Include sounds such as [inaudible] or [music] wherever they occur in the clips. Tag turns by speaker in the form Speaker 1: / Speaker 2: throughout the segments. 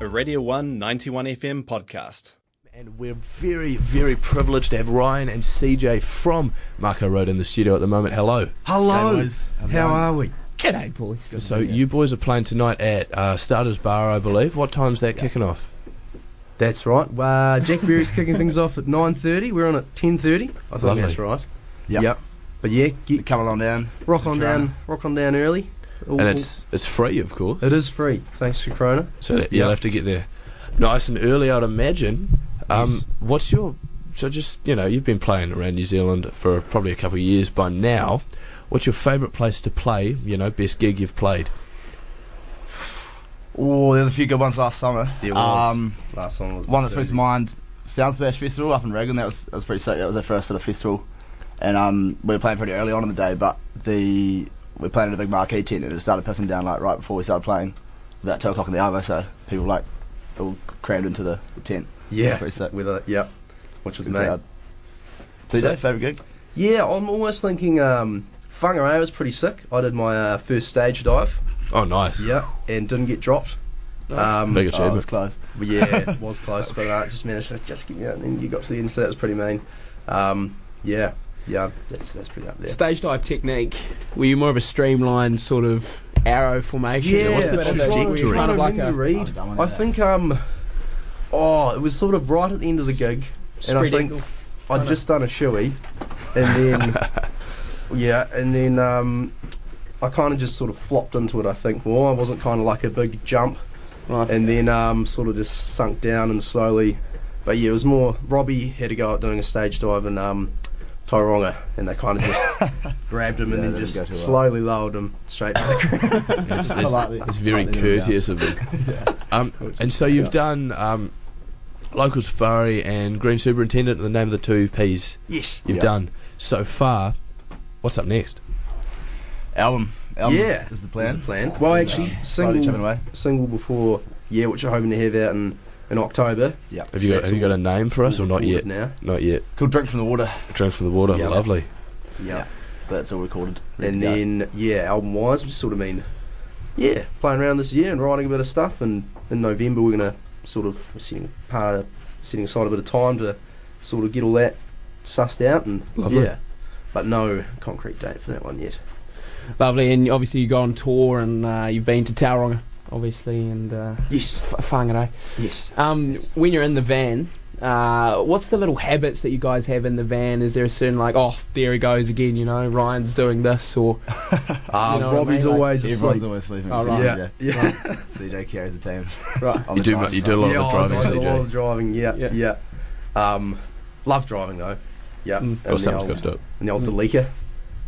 Speaker 1: a Radio 1 91 FM podcast.
Speaker 2: And we're very, very privileged to have Ryan and CJ from Marco Road in the studio at the moment. Hello.
Speaker 3: Hello.
Speaker 2: boys. How's it
Speaker 3: How
Speaker 2: going?
Speaker 3: are we? G'day, boys.
Speaker 2: So you boys are playing tonight at uh, Starters Bar, I believe. What time's that kicking off?
Speaker 3: That's right. Uh, Jack Berry's kicking things off at 9.30. We're on at 10.30.
Speaker 4: I think
Speaker 2: Lovely.
Speaker 4: that's right.
Speaker 3: Yep.
Speaker 4: But yeah, get, come along down.
Speaker 3: Rock on
Speaker 4: Corona.
Speaker 3: down rock on down early. All-
Speaker 2: And it's it's free, of course.
Speaker 3: all- it is free, thanks to Corona.
Speaker 2: So that you'll
Speaker 3: Yeah.
Speaker 2: have to get there nice and early, I'd imagine. Um,
Speaker 3: Yes.
Speaker 2: What's your so just you know you've been playing around New Zealand for probably a couple of years by now. What's your favourite place to play? You know, best gig you've played.
Speaker 4: Oh, there's a few good ones last summer.
Speaker 1: There was.
Speaker 4: Um,
Speaker 1: Last one was
Speaker 4: one that springs to mind, Sound Smash Festival up in Reagan. That was that was pretty sick. That was our first sort of festival, and um, we were playing pretty early on in the day. But the we played in a big marquee tent, and it started pissing down like right before we started playing, about two o'clock in the hour. So people like all crammed into the, the tent.
Speaker 1: Yeah,
Speaker 4: Pretty sick.
Speaker 1: with a yep, which was
Speaker 4: Good
Speaker 1: made.
Speaker 4: crowd. So,
Speaker 2: Sick.
Speaker 4: favourite gig?
Speaker 3: Yeah, I'm almost thinking um, Whangarei was pretty sick. I did my uh, first stage dive.
Speaker 2: Oh, nice.
Speaker 3: Yeah. And didn't get dropped. Um,
Speaker 2: Big
Speaker 4: Oh, it was
Speaker 2: achievement.
Speaker 4: close.
Speaker 3: Well, yeah, it was close, but uh, just managed to just get me out, and then you got to the end, so that was pretty mean. Um, yeah, yeah, that's that's pretty up there.
Speaker 5: Stage dive technique. Were you more of a streamlined sort of arrow formation?
Speaker 3: Yeah,
Speaker 2: what's the
Speaker 3: I'm
Speaker 5: Bit of a-
Speaker 3: trying-
Speaker 5: were you
Speaker 2: trajectory?
Speaker 5: Kind of like
Speaker 3: remember the
Speaker 5: a
Speaker 3: read.
Speaker 4: I don't
Speaker 3: I
Speaker 4: know.
Speaker 3: think um, oh, it was sort of right at the end of the gig, and I
Speaker 5: spread
Speaker 3: think
Speaker 5: eagle.
Speaker 3: I'd just done a shoey, and then yeah, and then um, I kind of just sort of flopped into it. I think well, I wasn't kind of like a big jump,
Speaker 5: Right.
Speaker 3: and then um, sort of just sunk down and slowly. But yeah, it was more Robbie had to go at doing a stage dive and um, Tauranga, and they kind of just grabbed him
Speaker 4: Yeah,
Speaker 3: and
Speaker 4: that
Speaker 3: then
Speaker 4: didn't go
Speaker 3: just
Speaker 4: too well.
Speaker 3: slowly lowered him straight to the [laughs] ground.
Speaker 2: It's,
Speaker 4: I
Speaker 2: it's-
Speaker 4: like that.
Speaker 2: it's very
Speaker 4: Like that you're
Speaker 2: courteous of them. Um, and so you've done um, local safari and green superintendent. The name of the two Ps
Speaker 3: Yes.
Speaker 2: you've
Speaker 4: Yeah.
Speaker 2: done so far. What's up next?
Speaker 4: Album. Album
Speaker 3: yeah,
Speaker 4: Um, is the plan. Um,
Speaker 3: Is the plan. Well, actually,
Speaker 4: Slowly chipping
Speaker 3: single,
Speaker 4: away.
Speaker 3: single before yeah, which I'm hoping to have out in, in October.
Speaker 4: Yeah.
Speaker 2: Have you got,
Speaker 3: That's
Speaker 2: have you got a name for us or not yet?
Speaker 3: Recorded Now,
Speaker 2: Not yet.
Speaker 4: Called Drink from the Water.
Speaker 2: Drink from the water.
Speaker 3: Yeah.
Speaker 2: Lovely.
Speaker 3: yeah.
Speaker 4: So that's all recorded. Ready
Speaker 3: And
Speaker 4: to go.
Speaker 3: then yeah, album wise, which sort of mean yeah, playing around this year and writing a bit of stuff. And in November, we're gonna sort of we're setting part of, setting aside a bit of time to sort of get all that sussed out and
Speaker 2: Lovely.
Speaker 3: yeah. But no concrete date for that one yet.
Speaker 5: Lovely, and obviously you go on tour, and uh, you've been to Tauranga, obviously, and uh,
Speaker 3: Yes,
Speaker 5: Wh- Whangarei.
Speaker 3: yes.
Speaker 5: Um, when you're in the van, uh, what's the little habits that you guys have in the van? Is there a certain like, oh, there he goes again, you know, Ryan's doing this, or
Speaker 3: Uh,
Speaker 5: You know what I
Speaker 3: Robbie's
Speaker 5: mean? Like,
Speaker 3: always
Speaker 4: Um, Everyone's
Speaker 3: asleep.
Speaker 4: always sleeping.
Speaker 5: Oh,
Speaker 4: except
Speaker 5: right.
Speaker 4: CJ.
Speaker 3: yeah.
Speaker 4: CJ carries the team. [laughs]
Speaker 5: right?
Speaker 4: On
Speaker 2: You
Speaker 4: the
Speaker 2: do mu-
Speaker 4: driving
Speaker 2: you do a
Speaker 4: front.
Speaker 2: lot of
Speaker 3: yeah,
Speaker 2: the driving,
Speaker 3: I, I,
Speaker 2: CJ.
Speaker 3: I love driving, yeah,
Speaker 5: Yeah.
Speaker 3: yeah. Um, love driving though. Yeah.
Speaker 5: Mm.
Speaker 3: And
Speaker 2: Well, Mm.
Speaker 3: the
Speaker 2: someone's got
Speaker 3: old,
Speaker 2: to do it.
Speaker 3: and the old Delica.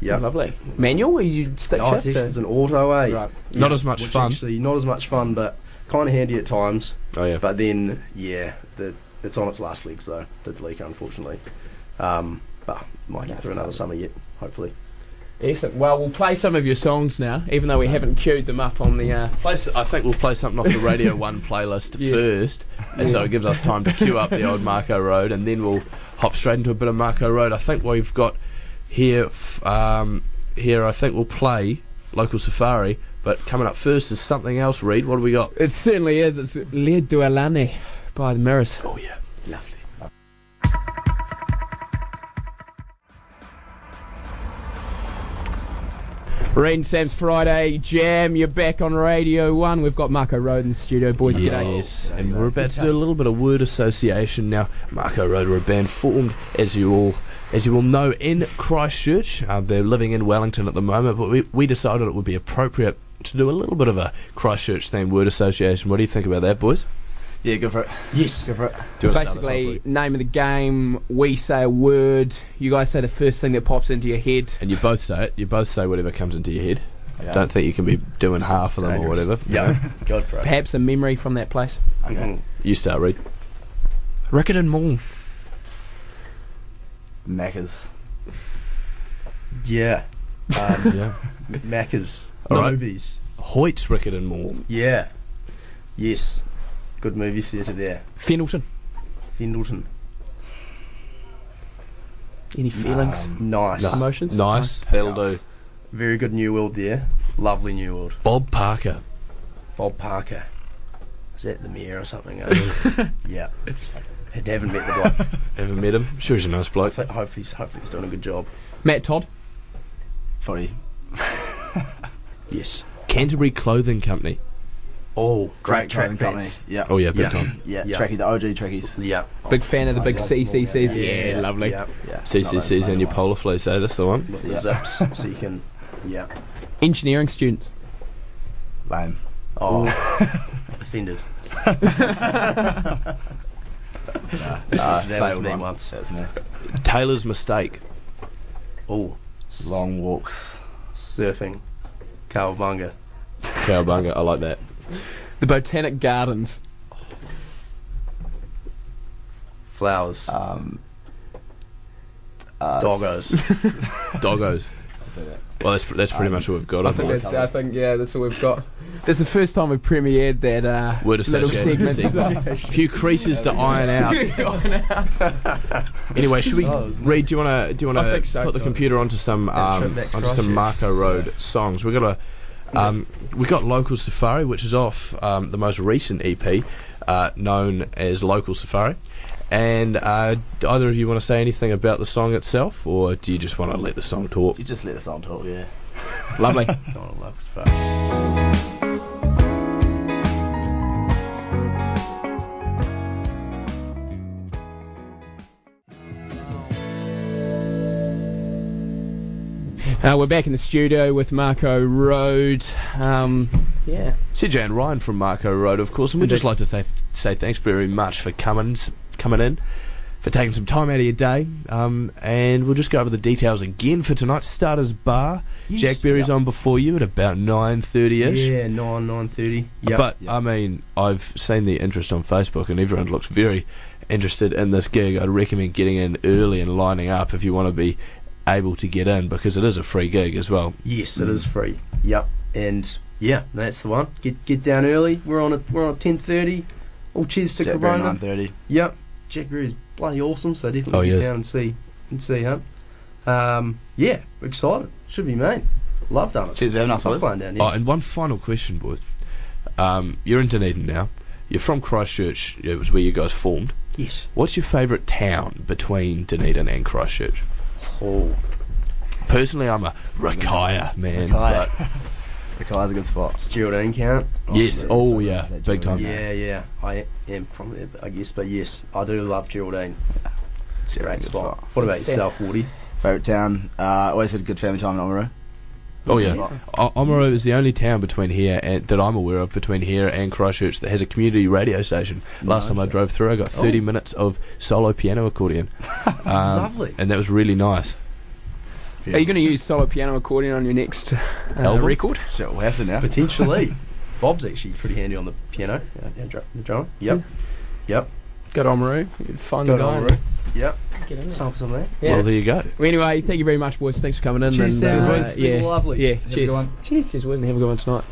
Speaker 3: Yeah.
Speaker 5: oh, Lovely. Manual? Or you stick
Speaker 3: No, it's,
Speaker 5: shift?
Speaker 3: actually- it's an auto, eh?
Speaker 5: Right.
Speaker 3: Yeah,
Speaker 2: Not as much
Speaker 3: which
Speaker 2: fun.
Speaker 3: Actually, not as much fun, but kind of handy at times.
Speaker 2: Oh yeah.
Speaker 3: But then, yeah, the, it's on its last legs though. The Delica, unfortunately. Um, but might get through another summer yet, hopefully.
Speaker 5: Excellent. Well, we'll play some of your songs now, even though we haven't queued them up on the. Uh,
Speaker 2: Place, I think we'll play something off the Radio 1 playlist
Speaker 5: Yes.
Speaker 2: first, and so it gives us time to queue up the old Marco Road, and then we'll hop straight into a bit of Marco Road. I think we've got here, f- um, here I think we'll play Local Safari, but coming up first is something else, Reed. What have we got?
Speaker 5: it certainly is. It's Le Dualane by the Mirrors.
Speaker 2: Oh, yeah.
Speaker 5: Lovely. Reed and Sam's Friday Jam. You're back on Radio 1. We've got Marco Road in the studio. Boys, g'day.
Speaker 2: Yes, and we're about to do a little bit of word association now. Marco Road were a band formed, as you all as you all know, in Christchurch. Uh, they're living in Wellington at the moment, but we, we decided it would be appropriate to do a little bit of a Christchurch themed word association. What do you think about that, boys?
Speaker 4: Yeah, go for it.
Speaker 3: Yes.
Speaker 4: Go for it.
Speaker 2: Do you wanna start us off,
Speaker 5: Basically,
Speaker 2: Reed?
Speaker 5: name of the game. We say a word. You guys say the first thing that pops into your head.
Speaker 2: and you both say it. You both say whatever comes into your head.
Speaker 4: Yeah.
Speaker 2: Don't think you can be doing half of them
Speaker 4: dangerous.
Speaker 2: or whatever.
Speaker 3: Yeah. God, bro.
Speaker 5: Perhaps a memory from that place.
Speaker 3: Mm-hmm.
Speaker 4: Okay.
Speaker 2: You start, Reed.
Speaker 5: Rickett and Morn.
Speaker 4: Maccas.
Speaker 3: Yeah. Um,
Speaker 2: Yeah.
Speaker 3: Macca's.
Speaker 2: All right.
Speaker 3: Movies.
Speaker 2: [laughs] Hoyt's Rickett and Moore.
Speaker 3: Yeah. Yes. Good movie theatre there.
Speaker 5: Fendleton.
Speaker 3: Fendleton.
Speaker 5: Any feelings?
Speaker 3: Nice.
Speaker 2: Nah.
Speaker 5: Emotions?
Speaker 2: Nice. That'll do.
Speaker 3: Very good New World there. Lovely New World.
Speaker 2: Bob Parker.
Speaker 3: Bob Parker. Is that the mayor or something? I was- [laughs] yeah. I haven't met the
Speaker 2: [laughs]
Speaker 3: bloke.
Speaker 2: Ever met him? Sure, he's a nice
Speaker 3: I
Speaker 2: bloke.
Speaker 3: think- Hopefully, he's- hopefully he's doing a good job.
Speaker 5: Matt Todd.
Speaker 4: Footy.
Speaker 3: Yes.
Speaker 2: Canterbury Clothing Company.
Speaker 3: Oh,
Speaker 4: Great
Speaker 3: great
Speaker 4: training
Speaker 3: track
Speaker 4: company.
Speaker 3: pants.
Speaker 4: Yeah.
Speaker 2: Oh yeah, big
Speaker 3: Yeah.
Speaker 2: time.
Speaker 4: Yeah.
Speaker 3: Yeah.
Speaker 4: Trekkie, the OG Trekkies.
Speaker 3: Yeah.
Speaker 5: Big fan of the big
Speaker 4: yeah.
Speaker 5: CCCs. Yeah,
Speaker 3: Yeah,
Speaker 5: lovely.
Speaker 3: Yeah.
Speaker 4: Yeah. not those
Speaker 2: CCC's and your
Speaker 4: ones.
Speaker 2: polar fleece, eh? That's the one.
Speaker 3: With the
Speaker 4: Yeah.
Speaker 3: zips, so you can.
Speaker 2: [laughs]
Speaker 3: Yeah.
Speaker 5: Engineering students.
Speaker 4: Lame.
Speaker 3: Oh,
Speaker 4: [laughs]
Speaker 3: offended.
Speaker 4: Uh,
Speaker 3: that was
Speaker 4: failed
Speaker 3: me
Speaker 4: one.
Speaker 3: once.
Speaker 4: That's me.
Speaker 2: Taylor's Mistake.
Speaker 3: Oh,
Speaker 4: Long walks.
Speaker 3: surfing, cowabunga.
Speaker 2: Cowabunga. I like
Speaker 5: [laughs]
Speaker 2: that.
Speaker 5: The Botanic Gardens.
Speaker 3: flowers,
Speaker 4: Um, uh,
Speaker 3: doggos.
Speaker 2: Doggos.
Speaker 4: That's it.
Speaker 2: Well, that's that's pretty much what we've got.
Speaker 5: Um, I
Speaker 2: I
Speaker 5: think
Speaker 2: think.
Speaker 5: that's. I think yeah, that's all we've got. That's the first time we've premiered that uh,
Speaker 2: Word
Speaker 5: little
Speaker 2: association. [laughs]
Speaker 5: segment.
Speaker 2: A few creases to iron [laughs] out. Anyway, should we read? Do you want to? Do you want
Speaker 6: Oh, I
Speaker 2: to
Speaker 6: think so,
Speaker 2: put the
Speaker 6: yeah.
Speaker 2: computer onto some
Speaker 3: Yeah, trip
Speaker 2: um,
Speaker 3: back to
Speaker 2: onto some
Speaker 3: Christchurch.
Speaker 2: Marco Road songs? We got a um, we got Local Safari, which is off um, the most recent EP, uh, known as Local Safari. And uh, do either of you want to say anything about the song itself, or do you just want to let the song talk?
Speaker 4: You just let the song talk, yeah.
Speaker 3: [laughs]
Speaker 2: Lovely.
Speaker 3: Donald loves fuck.
Speaker 5: Uh, we're back in the studio with Marco Road. Um, yeah.
Speaker 2: CJ and Ryan from Marco Road, of course, and we'd just like to th- say thanks very much for coming coming in, for taking some time out of your day. Um, and we'll just go over the details again for tonight's starters bar. Jack Berry's on before you at about nine thirty ish.
Speaker 3: Yeah, nine nine thirty. Yeah,
Speaker 2: But
Speaker 4: yep.
Speaker 2: I mean, I've seen the interest on Facebook, and everyone looks very interested in this gig. I'd recommend getting in early and lining up if you want to be able to get in because it is a free gig as well.
Speaker 3: yes, it is free. Yep, and yeah, that's the one. Get get down early. We're on at we're on at ten thirty. All cheers to
Speaker 4: Jack Berry,
Speaker 3: Corona.
Speaker 4: 9.30.
Speaker 3: Yep, Jack Berry is bloody awesome. So definitely
Speaker 2: Oh, he
Speaker 3: get
Speaker 2: is.
Speaker 3: down and see and see him. Um, yeah, excited. Should be mate. Love done it.
Speaker 4: Cheers, man. Nice
Speaker 3: Love
Speaker 4: boys.
Speaker 3: playing down
Speaker 2: Oh,
Speaker 3: here.
Speaker 2: and one final question, boys. Um, you're in Dunedin now. You're from Christchurch. It was where you guys formed.
Speaker 3: Yes.
Speaker 2: What's your favourite town between Dunedin and Christchurch?
Speaker 3: Oh,
Speaker 2: Personally, I'm a Rakaya man.
Speaker 4: Kai. [laughs] Kai's a good spot.
Speaker 3: it's Geraldine count.
Speaker 2: but- yes.
Speaker 4: Awesome.
Speaker 2: Oh, yeah.
Speaker 4: Awesome.
Speaker 2: Big time.
Speaker 3: Yeah, yeah. I am from there, but I guess. But yes, I do love Geraldine. It's a great
Speaker 4: Good
Speaker 3: spot.
Speaker 4: spot.
Speaker 3: What about yourself, Woody?
Speaker 4: Favourite town. Uh, always had good family time in Oamaru.
Speaker 2: Oh yeah.
Speaker 4: Spot.
Speaker 2: O- Oamaru is the only town between here and that I'm aware of between here and Christchurch that has a community radio station. Last time I drove through, I got 30 minutes of solo piano accordion. Um,
Speaker 3: Lovely.
Speaker 2: And that was really nice.
Speaker 5: Are you going to use solo piano accordion on your next uh,
Speaker 2: Album?
Speaker 5: record?
Speaker 4: Shit, we'll have to now.
Speaker 3: Potentially. [laughs] Bob's actually pretty handy on the piano, uh, and dr- the drummer. Yep. Yep.
Speaker 5: Go to Omaru. Find
Speaker 3: Go
Speaker 5: the guy.
Speaker 3: down,
Speaker 5: and
Speaker 3: Roo. Yep.
Speaker 5: Get in there.
Speaker 3: Sample some of that.
Speaker 5: Yeah.
Speaker 2: Well, there you go.
Speaker 5: Well, anyway, thank you very much, boys. Thanks for coming in.
Speaker 3: Cheers,
Speaker 5: and,
Speaker 3: Sam.
Speaker 5: uh,
Speaker 3: Boys, it's been
Speaker 5: yeah,
Speaker 3: lovely.
Speaker 5: Yeah,
Speaker 3: Have
Speaker 5: cheers. Cheers, cheers. Wouldn't have a good one tonight.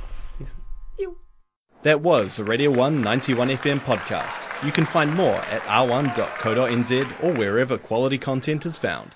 Speaker 1: That was a Radio 1 91 FM podcast. You can find more at r1.co.nz or wherever quality content is found.